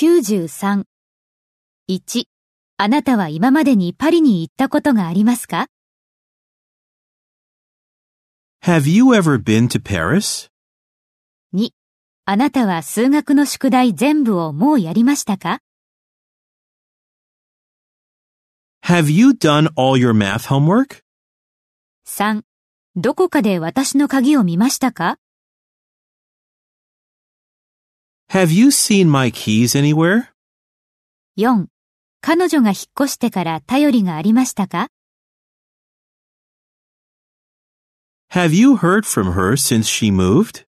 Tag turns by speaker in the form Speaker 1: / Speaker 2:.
Speaker 1: 93。1、あなたは今までにパリに行ったことがありますか
Speaker 2: Have you ever been to Paris?
Speaker 1: 2、あなたは数学の宿題全部をもうやりましたか
Speaker 2: Have you done all your math homework?
Speaker 1: 3、どこかで私の鍵を見ましたか
Speaker 2: Have you seen my keys anywhere?
Speaker 1: 4. 彼女が引っ越してから頼りがありましたか
Speaker 2: Have you heard from her since she moved?